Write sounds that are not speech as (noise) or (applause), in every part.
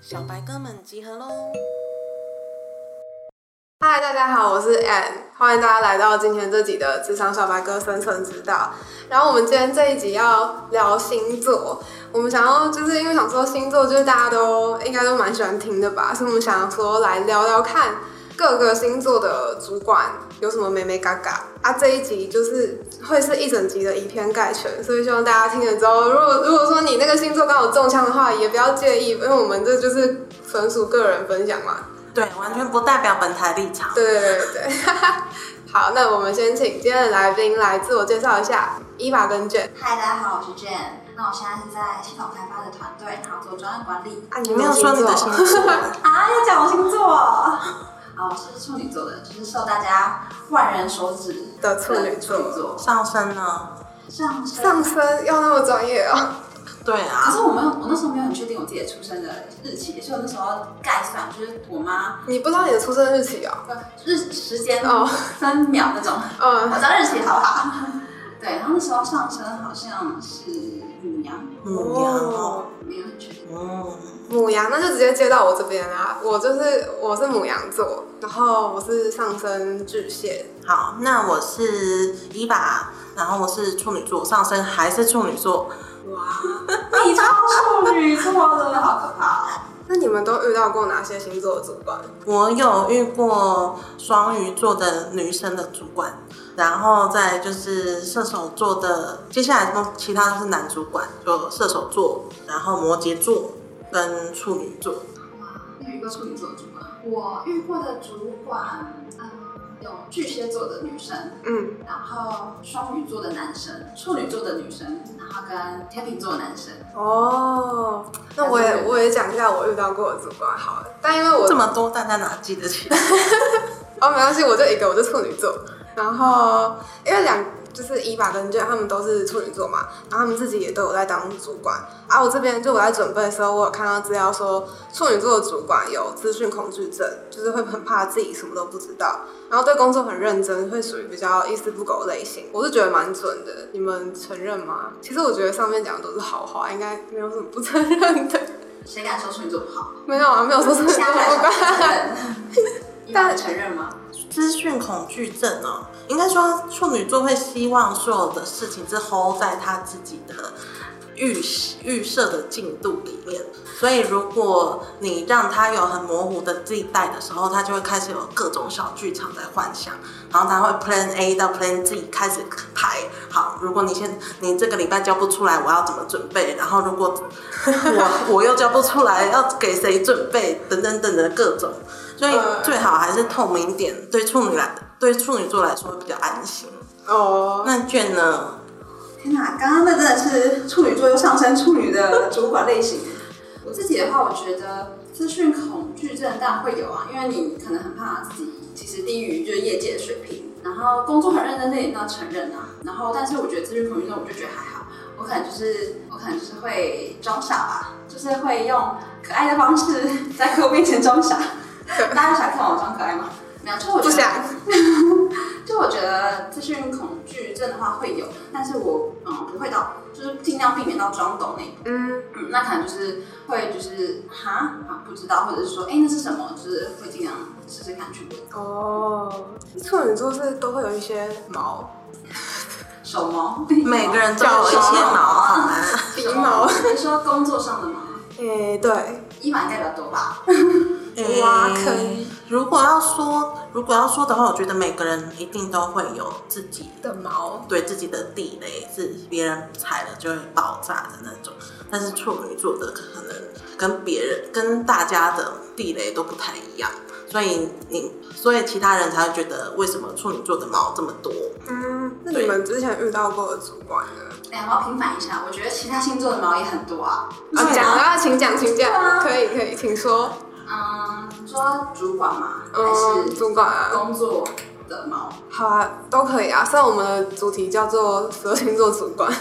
小白哥们集合喽！嗨，大家好，我是 Ann，欢迎大家来到今天这集的《职场小白哥生存之道》。然后我们今天这一集要聊星座，我们想要就是因为想说星座就是大家都应该都蛮喜欢听的吧，所以我们想说来聊聊看各个星座的主管有什么美美嘎嘎啊。这一集就是会是一整集的以偏概全，所以希望大家听了之后，如果如果说你那个星座刚好中枪的话，也不要介意，因为我们这就是纯属个人分享嘛。对，完全不代表本台立场。对对对对。 (laughs) 好，那我们先请今天的来宾来自我介绍一下，伊娃跟卷。嗨，大家好，我是 Jane。那我现在是在系统开发的团队，然后做专案管理。啊，你没有说你的星座，啊，要讲我星 (laughs) 座哦。啊，我是处女座的，就是受大家万人所指的处女处女座座。上升呢？上升上升要那么专业哦。对可啊，是我没有，我那时候没有很确定我自己的出生的日期，所以我那时候概算就是我妈你不知道你的出生日期哦？呃日时间哦分秒那种，我嗯，知道日期好不好？ (laughs) 对，然后那时候上升好像是母羊，母羊哦，没有很确定。嗯，母羊，那就直接接到我这边啦。我就是我是母羊座，然后我是上升巨蟹。好，那我是伊娃，然后我是处女座，上升还是处女座，哇，你超处女座的， (laughs) 好可怕哦！那你们都遇到过哪些星座的主管？我有遇过双鱼座的女生的主管，然后再就是射手座的，接下来都其他都是男主管，就射手座，然后摩羯座跟处女座。你有遇过处女座的主管？我遇过的主管，嗯，有巨蟹座的女生，嗯，然后双鱼座的男生，处女座的女生，然后跟天秤座的男生。哦，那我也我也讲一下我遇到过的主管好了，但因为我这么多，大家哪记得起来？ (laughs) 哦，没关系，我就一个，我就处女座。然后因为两就是伊娃跟卷他们都是处女座嘛，然后他们自己也都有在当主管。啊，我这边就我在准备的时候，我有看到资料说处女座的主管有资讯恐惧症，就是会很怕自己什么都不知道，然后对工作很认真，会属于比较一丝不苟类型。我是觉得蛮准的，你们承认吗？其实我觉得上面讲的都是好话，应该没有什么不承认的。 (laughs) 谁敢说处女座不 (laughs) 好？没有啊，没有说处女座瞎 (laughs) 不管。敢承认？你敢承认吗？资讯恐惧症哦，应该说处女座会希望所有的事情是 hold 在他自己的预预设的进度里面，所以如果你让他有很模糊的地带的时候，他就会开始有各种小剧场在幻想，然后他会 plan A 到 plan Z 开始排。好，如果你现你这个礼拜交不出来，我要怎么准备？然后如果我 (laughs) 我又交不出来，要给谁准备？等等等的各种，所以嗯最好还是透明点，对处女来对处女座来说会比较安心。 (laughs) 哦，那卷呢？天哪，刚刚那真的是处女座又上升处女的主管类型。我自己的话，我觉得资讯恐惧症当然会有啊，因为你可能很怕自己其实低于就是业界的水平，然后工作很认真，那也要承认啊。然后，但是我觉得资讯恐惧症，我就觉得还好，我可能就是我可能就是会装傻吧，就是会用可爱的方式在客户面前装傻。大家想看我装可爱吗？没有，就我觉不得想。 (laughs) 就我觉得资讯恐惧症的话会有，但是我嗯不会到，就是尽量避免到装懂那一步。嗯，嗯，那可能就是会就是哈啊不知道，或者是说哎、诶那是什么，就是会尽量试试看去问。哦，处女座是都会有一些毛、手毛，啊每个人都有一些毛，好吗？ (laughs) 鼻啊毛，你说工作上的毛，诶、对，一般应该比较多吧？诶挖坑如果要说，如果要说的话，我觉得每个人一定都会有自己的毛，对自己的地雷是别人踩了就会爆炸的那种，但是处女座的可能跟别人跟大家的地雷都不太一样，所以你所以其他人才会觉得为什么处女座的毛这么多？嗯，那你们之前遇到过的主管呢？哎，我要平反一下，我觉得其他星座的毛也很多啊。啊，讲啊，请讲，请对讲，啊可以可以，请说。嗯，你说主管吗？还嗯，是主管啊，工作的毛？好啊，都可以啊。虽然我们的主题叫做十二星座主管，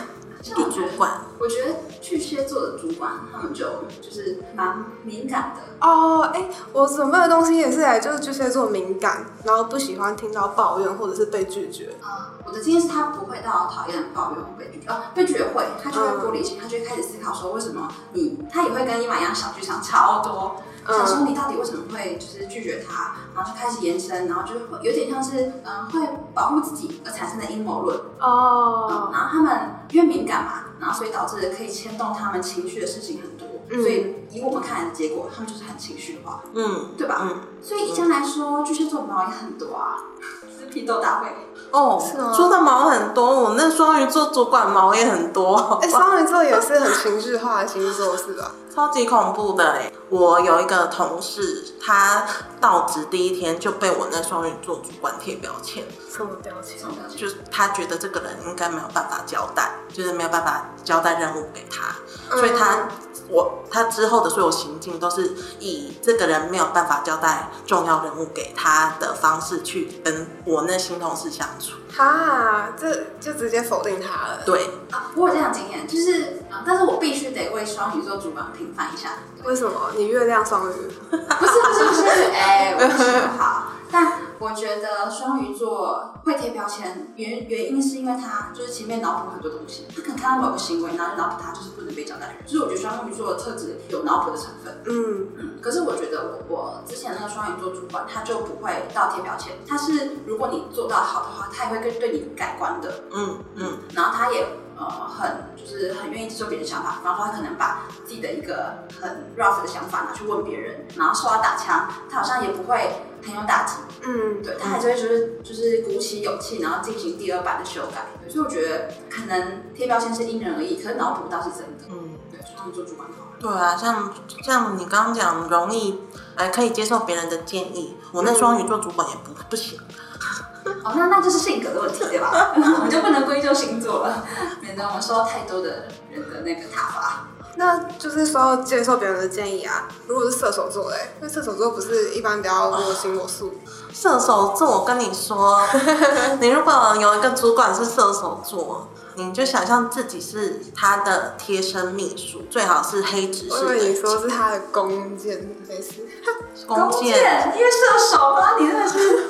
像我觉主得，管，我觉得巨蟹座的主管他们就就是蛮敏感的，哦，哎、我准备的东西也是哎，就是巨蟹座敏感，然后不喜欢听到抱怨或者是被拒绝。呃，我的经验是他不会到讨厌抱怨或被拒绝，呃，被拒绝会，他就会玻璃心，他就会开始思考说为什么你，他也会跟伊玛一样小剧场超多，想说你到底为什么会就是拒绝他，然后就开始延伸，然后就会有点像是嗯、呃会保护自己而产生的阴谋论，嗯哦，然后他们因为敏感嘛，然后所以导致可以牵动他们情绪的事情很多，嗯所以以我们看来的结果，他们就是很情绪化，嗯对吧？嗯，所以一将来说，巨蟹座毛也很多啊，是批斗大会。哦是啊吗，说到毛很多，我那双鱼座主管毛也很多，好哎、不好双鱼座也是很情绪化的星座是吧？超级恐怖的哎、我有一个同事，他到职第一天就被我那双鱼座主管贴标签，什么啊标签这种表情就是他觉得这个人应该没有办法交代，就是没有办法交代任务给他，所嗯以他我他之后的所有行径都是以这个人没有办法交代重要任务给他的方式去跟我那新同事相处。哈，这就直接否定他了。对，啊，我有这样的经验，就是、啊，但是我必须得为双鱼座主管平反一下。为什么？你月亮双鱼，不是不是不是， (laughs) 哎、我是好。但我觉得双鱼座会贴标签，原原因是因为他就是前面脑补很多东西，他可能看到某个行为，然后就脑补他就是不能被交代的人。就是我觉得双鱼座的特质有脑补的成分。嗯，嗯，可是我觉得我我之前那个双鱼座主管，他就不会倒贴标签，他是如果你做到好的话，他也会跟对你改观的。嗯嗯，然后他也呃很就是很愿意接受别人的想法，然后他可能把自己的一个很 rough 的想法拿去问别人，然后受到打枪，他好像也不会很有打击，嗯，对他还是会就是就是鼓起勇气，然后进行第二版的修改。对所以我觉得可能贴标签是因人而异，可是脑补到是真的。嗯对，双鱼座主管好。对啊，像像你刚刚讲，容易呃可以接受别人的建议，我那双鱼座主管也不不行。哦，那那就是性格的问题，对吧？ (laughs) 我们就不能归咎星座了，免得我们受到太多的人的那个挞伐。那就是说接受别人的建议啊。如果是射手座嘞，因为射手座不是一般比较我行我素，射手座，我跟你 (laughs) 说，你如果有一个主管是射手座，你就想象自己是他的贴身秘书，最好是黑执我以为你事说是他的弓箭，没事。的弓弓箭，箭，因为射手吧，你真的是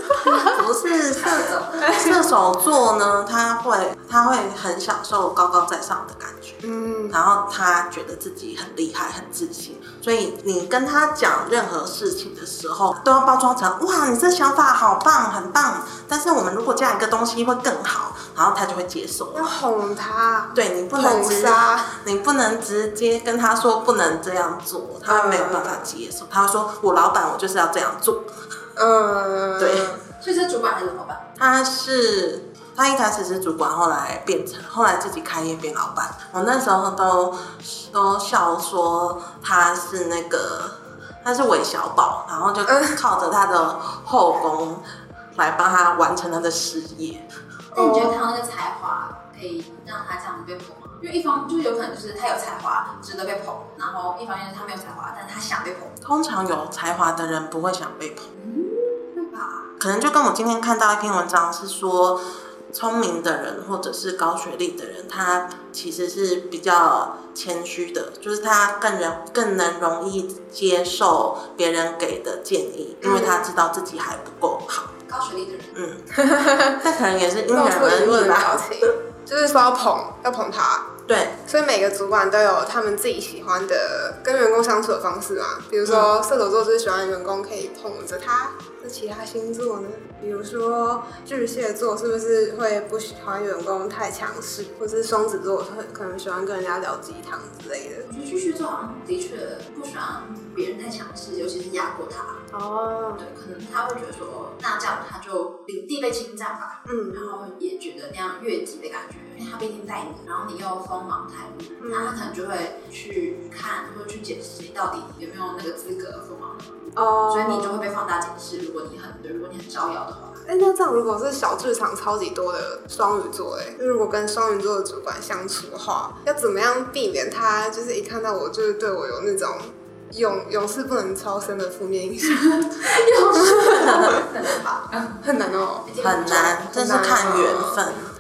不是射手。 (laughs) 射手座呢，他会他会很享受高高在上的感觉，嗯，然后他觉得自己很厉害、很自信，所以你跟他讲任何事情的时候，都要包装成哇，你这想法好棒，很棒。但是我们如果加一个东西会更好，然后他就会接受。要哄他，对你不能捧直杀。你不能直接跟他说不能这样做，他没有办法接受。他会说：“我老板，我就是要这样做。嗯，对所以这主管还是老板，”他是他一开始是主管，后来变成后来自己开业变老板。我那时候都都笑说他是那个他是韦小宝，然后就嗯靠着他的后宫来帮他完成他的事业。那你觉得他有那个才华可以让他这样被捧吗？因为一方就是有可能就是他有才华，值得被捧，然后一方面是他没有才华，但是他想被捧，通常有才华的人不会想被捧。对吧？可能就跟我今天看到一篇文章是说，聪明的人或者是高学历的人，他其实是比较谦虚的，就是他更人更能容易接受别人给的建议，因为他知道自己还不够好。高学历的人，嗯，但 (laughs) 可能也是因人露出疑而问异的吧。表情，就是说要捧，要捧他。对，所以每个主管都有他们自己喜欢的跟员工相处的方式嘛，比如说射手座就是喜欢员工可以捧着他，那其他星座呢？比如说巨蟹座是不是会不喜欢员工太强势，或是双子座会可能喜欢跟人家聊鸡汤之类的？我觉得巨蟹座好像的确不喜欢别人太强势，尤其是压过他，哦，对，可能他会觉得说，哦那这样他就领地被侵占吧，嗯，然后也觉得那样越级的感觉，因为他毕竟在你，然后你又锋芒太露，嗯那他可能就会去看或者去解释你到底有没有那个资格锋芒太哦露，所以你就会被放大解释。如果你很，如果你很招摇的话，哎、那这样如果是小剧场超级多的双鱼座、哎，如果跟双鱼座的主管相处的话，要怎么样避免他就是一看到我就是对我有那种永永世不能超生的负面影响？又是可能吧， (laughs) 很难哦、毕竟哦很难，这是看缘分。啊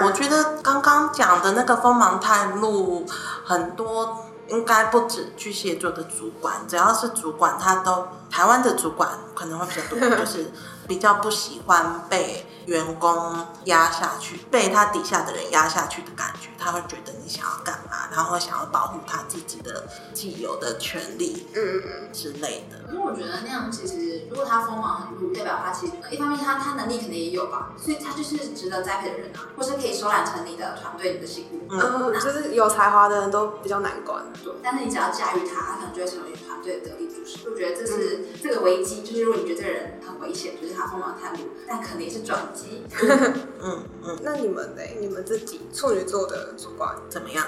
我我觉得刚刚讲的那个锋芒探路，很多应该不止巨蟹座的主管，只要是主管，他都台湾的主管可能会比较多，就是比较不喜欢被员工压下去，被他底下的人压下去的感觉，他会觉得你想要干嘛，然后会想要保护他自己的既有的权利嗯，之类的。因为我觉得那样其实，如果他锋芒很露，代表他其实一方面他他能力肯定也有吧，所以他就是值得栽培的人啊，或是可以收揽成你的团队、你的信任。嗯嗯，就是有才华的人都比较难管。对，但是你只要驾驭他，他可能就会成为团队的得力助手。我觉得这是、这个危机，就是如果你觉得这个人很危险，就是他锋芒太露，但可能也是转机。 (laughs) 嗯嗯，那你们呢？你们自己处女座的主管，怎么样？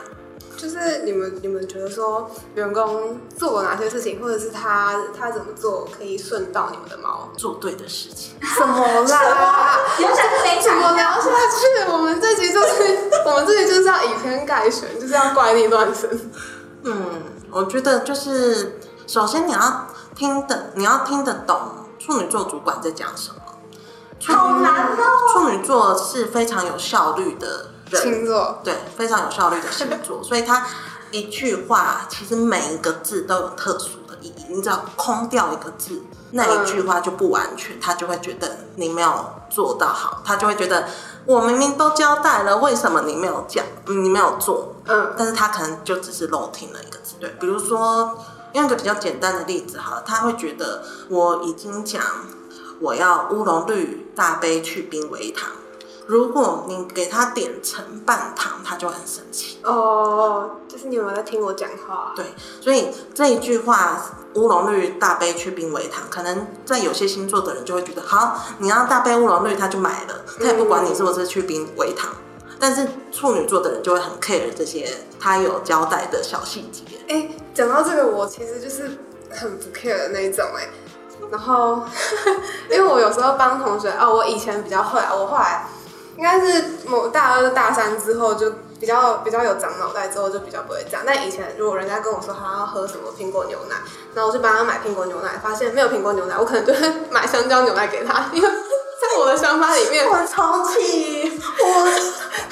就是你们你们觉得说员工做过哪些事情，或者是他他怎么做可以顺到你们的毛？做对的事情。什么啦？有想没怎想么到聊下去？我们这集就是我们这集就是要以偏概全，就是要怪力乱神。嗯，我觉得就是，首先你要听得，你要听得懂处女座主管在讲什么。处女好难哦！处女座是非常有效率的人，星座，对，非常有效率的星座，所以他一句话其实每一个字都有特殊的意义，你只要空掉一个字，那一嗯句话就不完全，他就会觉得你没有做到好，他就会觉得我明明都交代了，为什么你没有讲，你没有做？嗯但是他可能就只是漏听了一个字，对，比如说用一个比较简单的例子哈，他会觉得我已经讲我要乌龙绿大杯去冰微糖，如果你给他点成半糖，他就很生气。哦，就是你有没有在听我讲话？啊对，所以这一句话乌龙绿大杯去冰微糖，可能在有些星座的人就会觉得，好，你要大杯乌龙绿，他就买了，他也不管你是不是去冰微糖。但是处女座的人就会很 care 这些他有交代的小细节。哎、讲到这个，我其实就是很不 care 的那一种哎、然后，因为我有时候帮同学哦，我以前比较会啊，我后来应该是某大二、大三之后就比较比较有长脑袋之后就比较不会这样。但以前如果人家跟我说他要喝什么苹果牛奶，然后我就帮他买苹果牛奶，发现没有苹果牛奶，我可能就会 (laughs) 买香蕉牛奶给他，因为 (laughs) 在我的想法里面，我超气，我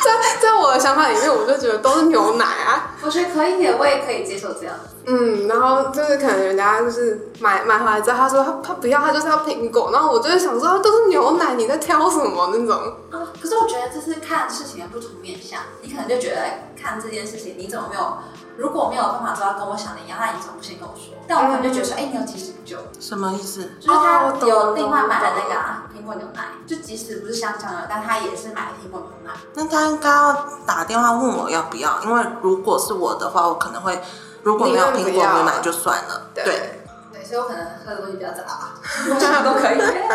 在在我的想法里面，我就觉得都是牛奶啊。我觉得可以耶，我也可以接受这样。嗯，然后就是可能人家就是买买回来之后，他说他他不要，他就是要苹果，然后我就会想说，啊都是牛奶，你在挑什么那种？哦可是我觉得这是看事情的不同面向，你可能就觉得哎看这件事情，你怎么没有？如果没有办法做到跟我想的一样，那你怎么不先跟我说？但我可能就觉得说，哎、你有及时补救，什么意思？就是他哦我懂有另外买了那个啊苹果牛奶，就即使不是香蕉牛奶，但他也是买了苹果牛奶。那他应该要打电话问我要不要，因为如果是我的话，我可能会如果没有苹你会果不要牛奶就算了。对，对，所以我可能喝的东西比较杂吧， (laughs) 我什么都可以。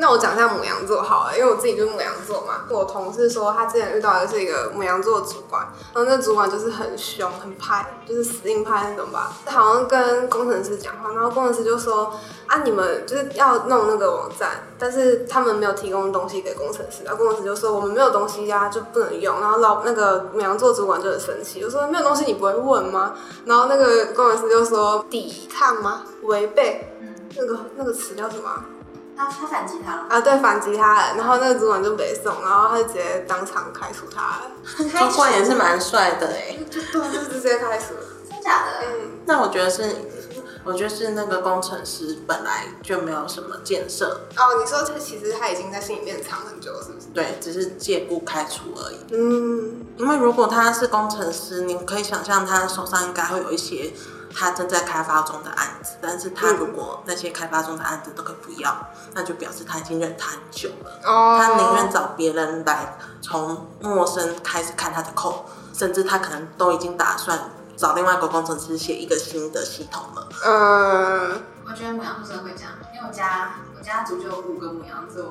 那我讲一下母羊座好了，因为我自己就是母羊座嘛。我同事说他之前遇到的是一个母羊座的主管，然后那主管就是很凶、很派，就是死硬派那种吧。好像跟工程师讲话，然后工程师就说啊，你们就是要弄那个网站，但是他们没有提供东西给工程师，然后工程师就说我们没有东西呀、就不能用。然后老那个母羊座主管就很生气，就说没有东西你不会问吗？然后那个工程师就说抵抗吗？违背嗯，那个那个词叫什么啊、他他反击他了，啊，对，反击他了，然后那个主管就北送，然后他就直接当场开除他了，主管也是蛮帅的哎、 (laughs) 就对，就直接开除。真假的？嗯，那我觉得是，我觉得是那个工程师本来就没有什么建设，哦，你说这其实他已经在心里面藏很久了，是不是？对，只是借故开除而已。嗯，因为如果他是工程师，你可以想象他手上应该会有一些他正在开发中的案子，但是他如果那些开发中的案子都可以不要，那就表示他已经忍他很久了。哦，他宁愿找别人来从陌生开始看他的扣，甚至他可能都已经打算找另外一个工程师写一个新的系统了。嗯，我觉得母羊座真的会这样，因为我家我家族就有五个母羊座，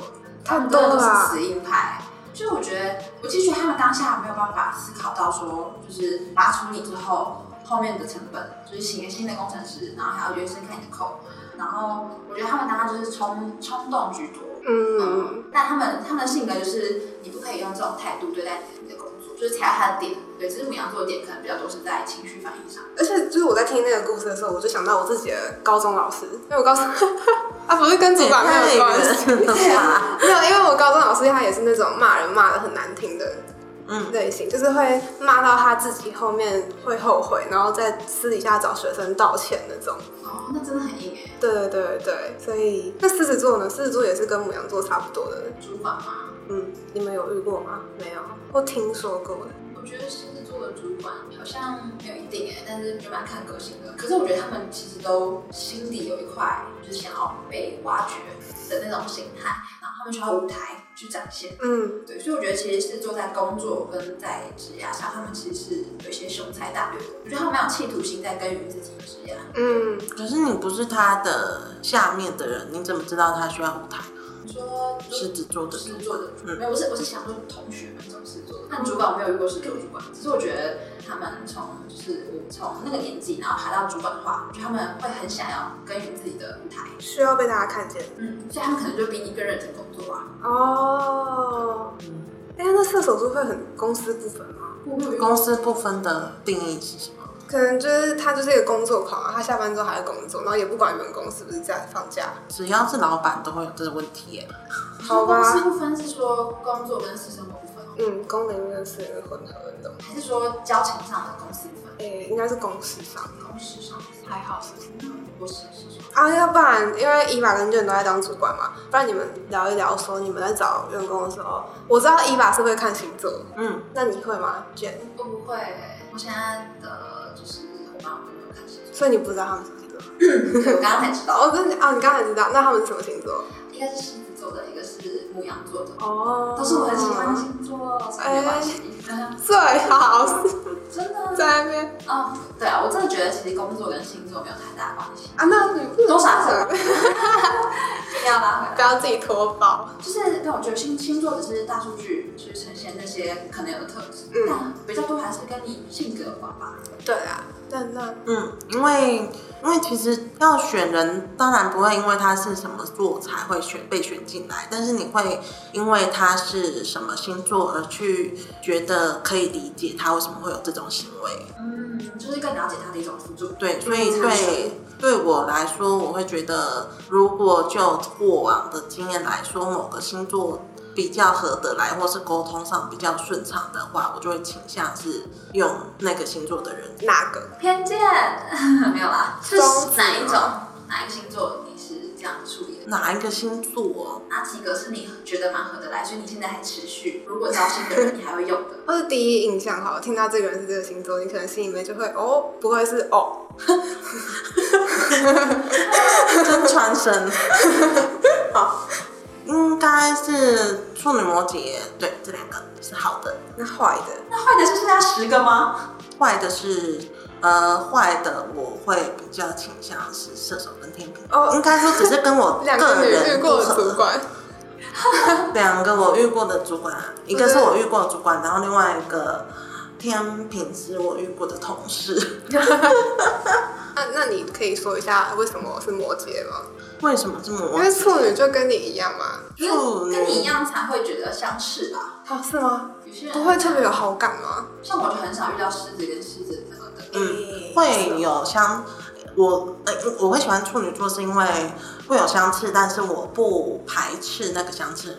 太他多啊们真的都是了死硬派。就是我觉得，我其实觉得他们当下没有办法思考到说，就是拔除你之后，后面的成本，就是请个新的工程师，然后还要原生看你的扣。然后我觉得他们当下就是冲冲动居多，嗯，但他们他们的性格就是你不可以用这种态度对待你的工作，就是踩到他的点。对，只是母羊座的点可能比较多是在情绪反应上。而且就是我在听那个故事的时候，我就想到我自己的高中老师，因为我高 (laughs) 中啊不是跟主管没有关系，远了 (laughs) 吧？没有，因为我高中老师他也是那种骂人骂的很难听的嗯，类型，就是会骂到他自己后面会后悔，然后在私底下找学生道歉那种。哦，那真的很硬哎、对对对对，所以那狮子座呢？狮子座也是跟母羊座差不多的。主管嘛，嗯，你们有遇过吗？没有，或听说过的。我觉得狮子座的主管好像没有一定哎、但是就蛮看个性的。可是我觉得他们其实都心里有一块就是想要被挖掘的那种心态，然后他们需要舞台去展现。嗯，对，所以我觉得其实是做在工作跟在职涯上，他们其实是有一些雄才大略的。我觉得他们蛮有企图心在耕耘自己的职涯。嗯，可是你不是他的下面的人，你怎么知道他需要舞台？你说狮子座的狮子座的，嗯没有，我是我是想说同学们这种狮子座的，但主管我没有遇过狮子座主管，只是我觉得他们从就是从那个年纪，然后爬到主管的话，我觉得他们会很想要耕耘自己的舞台，需要被大家看见。嗯，所以他们可能就比你更认真工作啊。哦，哎、那射手座会很公司部分吗？我没有遇过公司不分的定义是什么？可能就是他就是一个工作狂啊，他下班之后还在工作，然后也不管员工是不是在放假。只要是老板都会有这个问题耶。好吧公司不分是说工作跟私生活不分哦，嗯，工龄跟私人混合的那种。还是说交情上的公司不分，哎、应该是公司上公事上还好是不是？嗯，我是是说。啊，要不然因为伊娃跟卷都在当主管嘛，不然你们聊一聊说你们在找员工的时候，我知道伊娃是会看星座，嗯，那你会吗，卷？我不会，我现在的就是我妈我没有看星 (laughs) 座，所以你不知道他们是星座？我刚刚才知道，哦，真的啊，你刚才知道，那他们是什么星座？一个是狮子座的，一个是母羊座的，哦都是我很喜欢的。星座，所以没关系。嗯最好是真的在那边啊，对啊，我真的觉得其实工作跟星座没有太大关系，啊，那你不多少是 (laughs) 不要拉回来。不要自己脱包。就是，但我觉得星星座只是大数据去呈现那些可能有的特质，嗯但比较多还是跟你性格有关吧。对啊，那那嗯，因为因为其实要选人，当然不会因为他是什么座才会选被选进来，但是你会因为他是什么星座而去觉得可以理解他为什么会有这种行为。嗯，就是更了解他的一种辅助。对，所以嗯对对我来说，我会觉得，如果就过往的经验来说，某个星座比较合得来，或是沟通上比较顺畅的话，我就会倾向是用那个星座的人。哪个？偏见 (laughs) 没有啦，是双子哪一种吗哪一个星座你是这样处理的？哪一个星座哦？哪几个是你觉得蛮合得来，所以你现在还持续？如果招新的人，你还会用的？或是第一印象好，听到这个人是这个星座，你可能心里面就会哦，不会是哦，真传神。 (laughs) 好，应该是处女摩羯，对，这两个是好的。那坏的。那坏的就是那十个吗？坏的是，呃，坏的我会比较倾向是射手跟天平。哦应该说只是跟我 (laughs) 两个个你遇人不过的合。主管，两个我遇过的主管，啊一个是我遇过的主管，然后另外一个天平是我遇过的同事。那啊那你可以说一下为什么是摩羯吗？为什么这么因晚为？处女 (laughs) 就跟你一样嘛。因为跟你一样，样才会觉得相似吧。哦，是吗？有些人不会特别有好感吗？像我就很少遇到狮子跟狮子那个的。嗯，会 (laughs) 有相。我呃，我会喜欢处女座，是因为会有相似，但是我不排斥那个相似，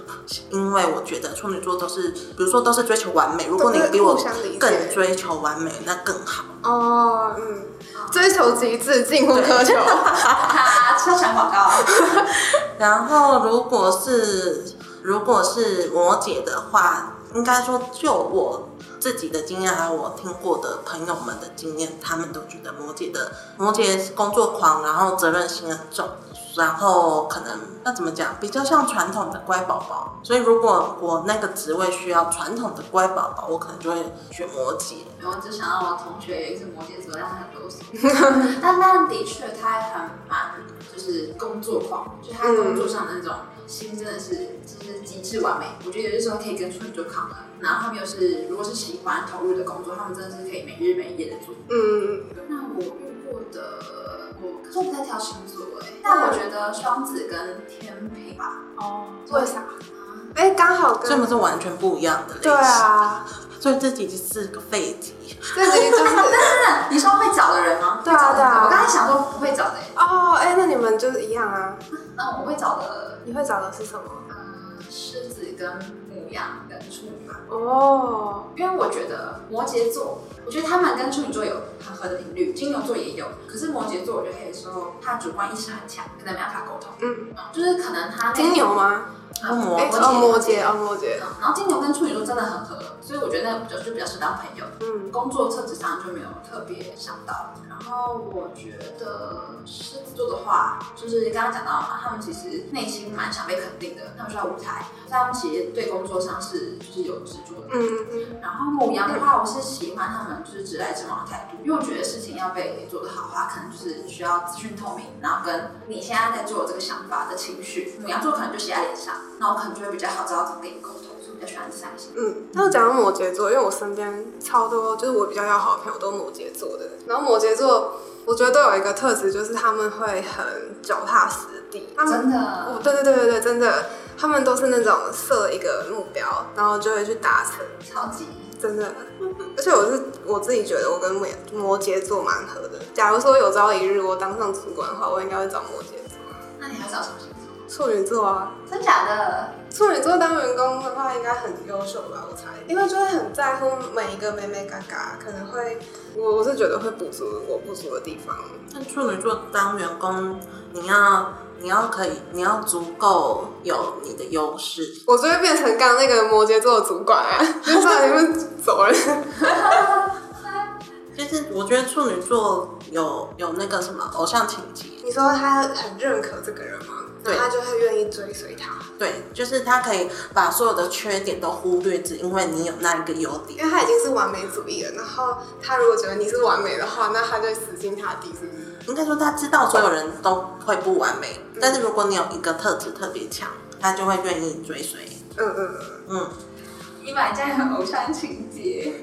因为我觉得处女座都是，比如说都是追求完美。如果你比我都是互相理解更追求完美，那更好。哦，嗯，追求极致，近乎苛求。啊，车墙广告。然后如果是如果是摩羯的话，应该说就我自己的经验，还有我听过的朋友们的经验，他们都觉得摩羯的呃摩羯是工作狂，然后责任心很重。然后可能嗯要呃怎么讲，比较像传统的乖宝宝，所以如果我那个职位需要传统的乖宝宝，我可能就会选摩羯。然后就想到我同学有一个是摩羯座，让他很 (laughs) 啰嗦。但但的确，他很蛮就是工作狂，就他工作上的那种心真的是就是极致完美。我觉得有些时候可以跟处女座抗衡。然后他们又是如果是喜欢投入的工作，他们真的是可以每日每夜的做。 (laughs) 嗯，那我遇过的，我可是我不太挑星座哎、但我觉得双子跟天平 (laughs) 吧，哦，为为啥？哎，刚好这不跟是完全不一样的类型。对，啊，所以这集就是个废集。这集 (laughs) (laughs) 就是你说会找的人吗？对啊会找的人对啊我刚才想说不会找的、欸，哦，哎、那你们就是一样啊？那我会找的，你会找的是什么？嗯，狮子跟母羊跟处女吧，哦，因为我觉得摩羯座，我觉得他们跟处女座有很合的频率，金牛座也有，可是摩羯座我觉得有时候他主观意识很强，可能没办法沟通，嗯，就是可能他那金牛吗？啊摩哎哎、哦，摩羯，哦，摩羯，然后金牛跟处女座真的很合，所以我觉得那比较就比较适当朋友。嗯，工作特质上就没有特别想到。然后我觉得狮子座的话，就是刚刚讲到嘛，他们其实内心蛮想被肯定的，他们需要舞台，所以他们其实对工作上是就是有执着的。嗯嗯然后母羊的话，我是喜欢他们就是直来直往的态度，因为我觉得事情要被做得好的话，可能就是需要资讯透明，然后跟你现在在做的这个想法的情绪，母羊座可能就写在脸上，那我可能就会比较好知道怎么跟你沟通，所以我比较喜欢这三个星座。嗯。那讲到摩羯座，因为我身边超多，就是我比较要好的朋友都摩羯座的。然后摩羯座，我觉得都有一个特质，就是他们会很脚踏实地，他们真的啊哦，对对对对对，真的，他们都是那种设一个目标，然后就会去达成，超级真的。而且我是我自己觉得我跟摩摩羯座蛮合的。假如说有朝一日我当上主管的话，我应该会找摩羯座，那你还找什么星座？处女座啊。真假的？处女座当员工的话，应该很优秀吧？我猜，因为就会很在乎每一个美美嘎嘎，可能会，我我是觉得会补足我不足的地方。但处女座当员工，你要你要可以，你要足够有你的优势。我就会变成刚刚那个摩羯座的主 (laughs) 管啊，就算你们走人。就是我觉得处女座有有那个什么偶像情节，你说他很认可这个人吗？对然后他就会愿意追随他，对，就是他可以把所有的缺点都忽略，只因为你有那一个优点。因为他已经是完美主义了。然后他如果觉得你是完美的话，那他就死心塌地，是不是？应该说他知道所有人都会不完美，但是如果你有一个特质特别强，他就会愿意追随。嗯嗯嗯，嗯，你买家有偶像情 (laughs) 节，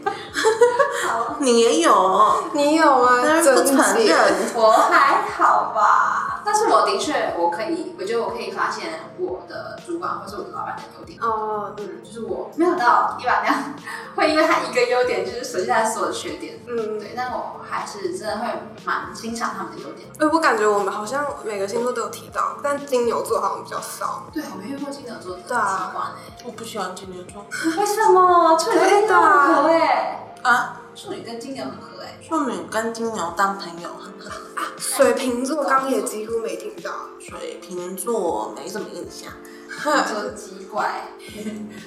好，你也有，你有啊，但是不真承认。我还好吧，但是我的确，我可以，我觉得我可以发现我的主管或是我的老板的优点。哦，嗯就是我没有到一般那样，会因为他一个优点就是舍弃他所有的缺点。嗯。对，但我还是真的会蛮欣赏他们的优点。哎，我感觉我们好像每个星座都有提到，但金牛座好像比较少。对，啊我没遇过金牛座的习对啊惯我不喜欢金牛座哎， (laughs) 为什么处女跟金牛很合哎？啊，处女跟金牛很合哎，处女跟金牛当朋友很好，水瓶座刚刚也几乎没听到。水瓶座没什么印象。 (laughs) 就是鸡怪，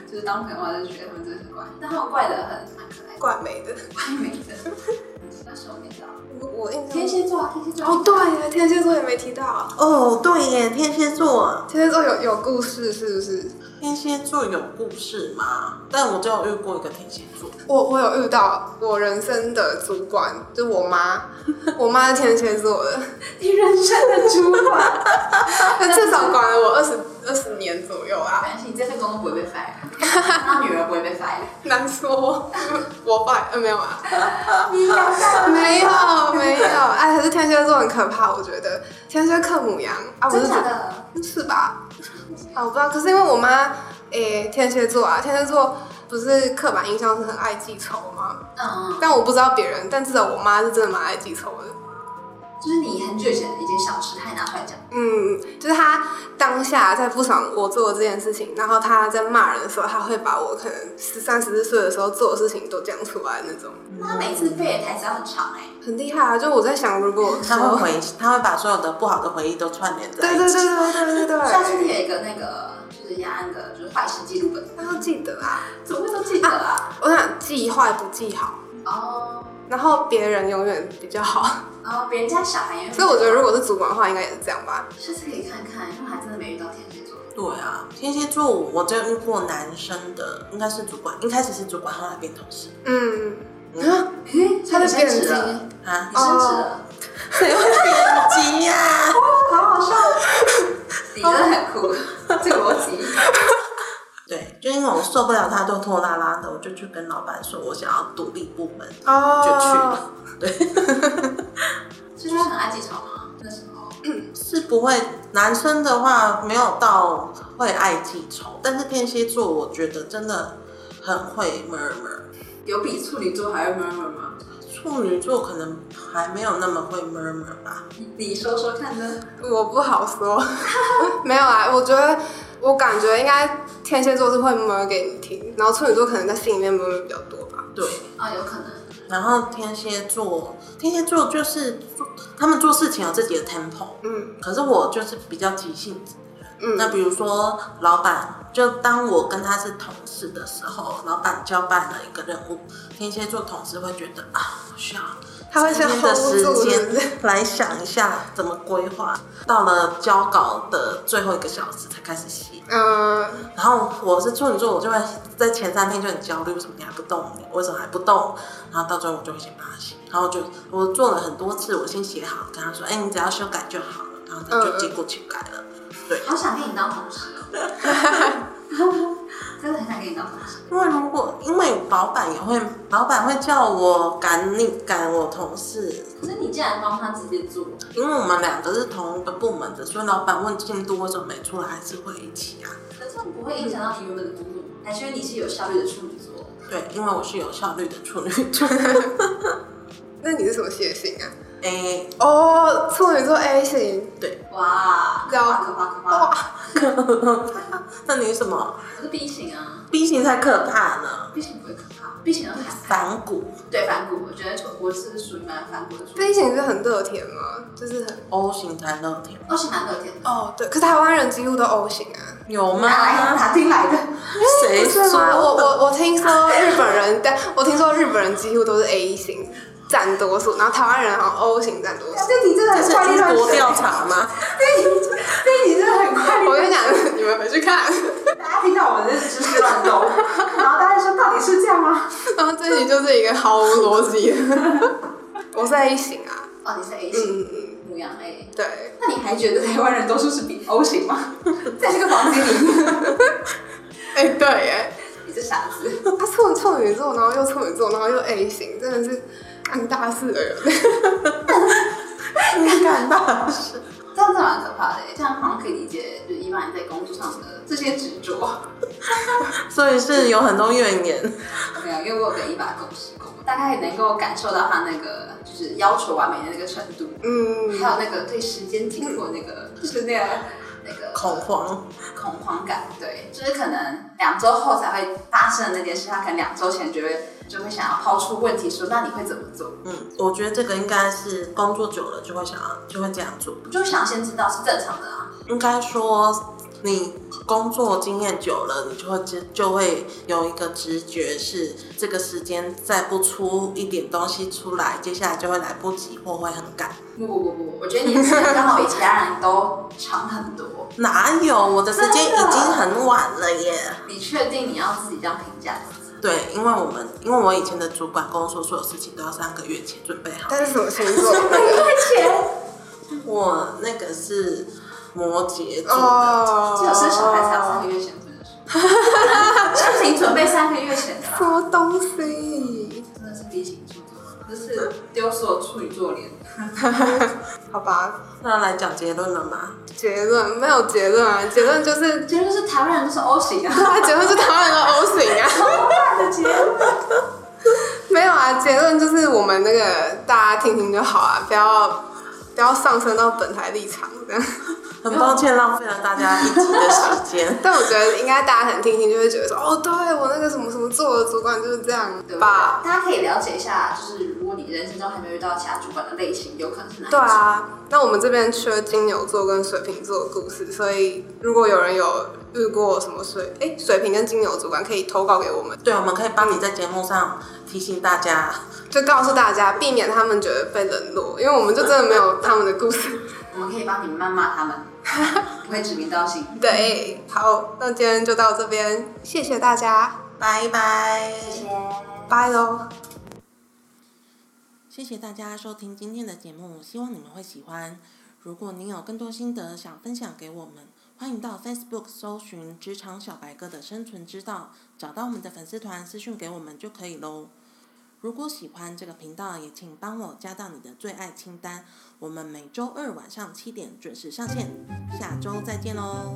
就是当朋友的话就觉得他们真的很怪，但他们怪的很蛮可爱的，怪美的，怪美的。那时候没知道，我我印天象蝎座啊，天蝎座哦，对耶，天蝎座也没提到。哦，对耶，天蝎座，天蝎座有有故事是不是？天蝎座有故事吗？但我就有遇过一个天蝎座，我我有遇到我人生的主管，就是我妈，我妈是天蝎座的，你人生的主 (laughs) 管，至少管了我二十二十年左右啊。反正你这份工作不会被 fire，那女儿不会被 fire。难说，我爸呃没有啊，你两个没有没有，哎，可是天蝎座很可怕，我觉得天蝎克母羊啊，我真是觉的假得的？是吧？啊，我不知道。可是因为我妈，诶、天蝎座啊，天蝎座不是刻板印象是很爱记仇吗？嗯，但我不知道别人，但至少我妈是真的蛮爱记仇的。就是你很久以前的一件小事，还拿出来讲，嗯，就是她当下在不爽我做的这件事情，然后她在骂人的时候，她会把我可能十三、十四岁的时候做的事情都讲出来那种，那他每次背的台词要很长哎。很厉害啊！就我在想，如果他会回，他会把所有的不好的回忆都串联在对一对起。对对对对对上次对，有一个那个就是雅安的，就是坏事记录本，她要记得啊！怎么会都记得啊？我想记坏不记好，哦，然后别人永远比较好。然后别人家小孩也有，所以我觉得，如果是主管的话，应该也是这样吧。下次可以看看，因为我还真的没遇到天蝎 (laughs) 座。对啊，天蝎座我只有遇过男生的，应该是主管，一开始是主管，后来变同事嗯，诶，他的所以变你升职机，了，啊 (laughs) 你，升职了，谁会变鸡呀、啊哦好好笑， (laughs) 你真的很酷，这个逻辑。对，就因为我受不了他都拖拉拉的，我就去跟老板说我想要独立部门，哦，就去了。就是很爱记仇吗？那时候，是不会，男生的话没有到会爱记仇，但是天蝎座我觉得真的很会 murmur。有比处女座还会 murmur 吗？处女座可能还没有那么会 murmur 吧，你你说说看呢？我不好说， (laughs) 没有啊，我觉得我感觉应该天蝎座是会摸给你听，然后处女座可能在心里面摸比较多吧。对。啊，有可能。然后天蝎座，天蝎座就是做他们做事情有自己的 tempo，嗯可是我就是比较急性子。嗯那比如说老板，就当我跟他是同事的时候，老板交办了一个任务，天蝎座同事会觉得啊，我需要他会今先天的 hold 时住是不是间来想一下怎么规划。到了交稿的最后一个小时才开始写， (laughs) 嗯，然后我是处女座，我就会在前三天就很焦虑，为什么你还不动？你为什么还不动？然后到最后我就会先把它写，然后就我做了很多次，我先写好，跟他说，哎、你只要修改就好了，然后他嗯嗯就接过去改了。对，好想跟你当同事哦， (laughs) 真的很想跟你当同事。因为如果因为老板也会，老板会叫我赶你赶我同事，可是你竟然帮他直接做，因为我们两个是同一个部门的，所以老板问进度为什么没出来，还是会一起啊。可是不会影响到你原本的工作，还是因为你是有效率的处女座？对，因为我是有效率的处女座。那你是什么血型啊？哎、哦，处女座 A 型，对，哇，可怕可怕可怕！那你什么我是 B 型啊 B 型才可怕呢？ ，B 型不会可怕，B 型很还反骨。对反骨，我觉得我是属于蛮反骨的处女。 ，B 型是很乐天吗？就是很 O 型才乐天，二是蛮乐天的，哦，对，可是台湾人几乎都 O 型啊。有吗？哪来哪哦听来的？ (laughs) 谁不说哎是吗？我我我听说日本人，但我听说日本人几乎都是 A 型占多数，然后台湾人好像 O 型占多数。 (laughs) 这你真的这很是怪力英乱国神，调查吗？这你真的很快我跟你讲，你们回去看。 (laughs) 大家听到我们的知识乱斗，然后大家说到底是这样吗？然后这集就是一个毫无逻辑 (laughs) 的。我是 A 型啊，哦，你是 A 嗯型，嗯嗯，母羊 A，对，那你还觉得台湾人多数是 B O 型吗？在这个房间里，哎、对哎， (laughs) 你这傻子。他处处女座，然后又处女座，然后又 A 型，真的是干大事的人。敏感大师，这样子蛮可怕的欸耶，这样好像可以理解，就是一般人在工作上的这些执着。所以是有很多怨言。没有，因为我有跟一把共事过，大概能够感受到他那个就是要求完美的那个程度， (laughs) 嗯，还有那个对时间紧迫那个，就是那个那个恐慌，恐慌感，对，就是可能两周后才会发生的那件事，他可能两周前就会就会想要抛出问题说，那你会怎么做？嗯，我觉得这个应该是工作久了就会想要，就会这样做。我就想先知道是正常的 (laughs) 啊。应该说，你工作经验久了，你就会知就会有一个直觉是，这个时间再不出一点东西出来，接下来就会来不及或会很赶。不不不不，我觉得你是刚好比其他人都长很多。哪有？我的时间真的已经很晚了耶。你确定你要自己这样评价自己？对，因为我们因为我以前的主管跟我说，所有事情都要三个月前准备好。但是什么星 (laughs) 座？那个钱，我那个是摩羯座的，哦，这有是小孩才啊有三个月前分 (laughs) 手，事情准备三个月前的哦什啦，么东西？真的是 B 型处座，就是丢所有处女座脸。 (laughs) 好吧，那来讲结论了吗？结论没有结论啊，结论就是， (laughs) 结论是台湾人都是 O 型啊，对 (laughs) 啊，结论就是台湾人都 O 型啊。 (laughs) 大的结论。没有啊，结论就是我们那个大家听听就好啊，不要不要上升到本台立场 (laughs) 这样。。很抱歉浪费了大家一集的时间 (laughs) 但我觉得应该大家可能听听就会觉得说，哦，对我那个什么什么做的主管就是这样对吧吧？？大家可以了解一下，就是如果你人生中还没有遇到其他主管的类型，有可能是哪一对种？啊，那我们这边缺金牛座跟水瓶座的故事，所以如果有人有遇过什么水哎水瓶跟金牛主管，可以投稿给我们，对，我们可以帮你在节目上提醒大家。就告诉大家，避免他们觉得被冷落，因为我们就真的没有他们的故事。我们可以帮你谩骂他 (laughs) 们，不会指名道姓。对，好，那今天就到这边，谢谢大家，拜拜，谢谢。拜喽。谢谢大家收听今天的节目，希望你们会喜欢。如果您有更多心得想分享给我们，欢迎到 Facebook 搜寻“职场小白哥的生存之道”，找到我们的粉丝团私讯给我们就可以喽。如果喜欢这个频道，也请帮我加到你的最爱清单。我们每周二晚上七点准时上线，下周再见喽。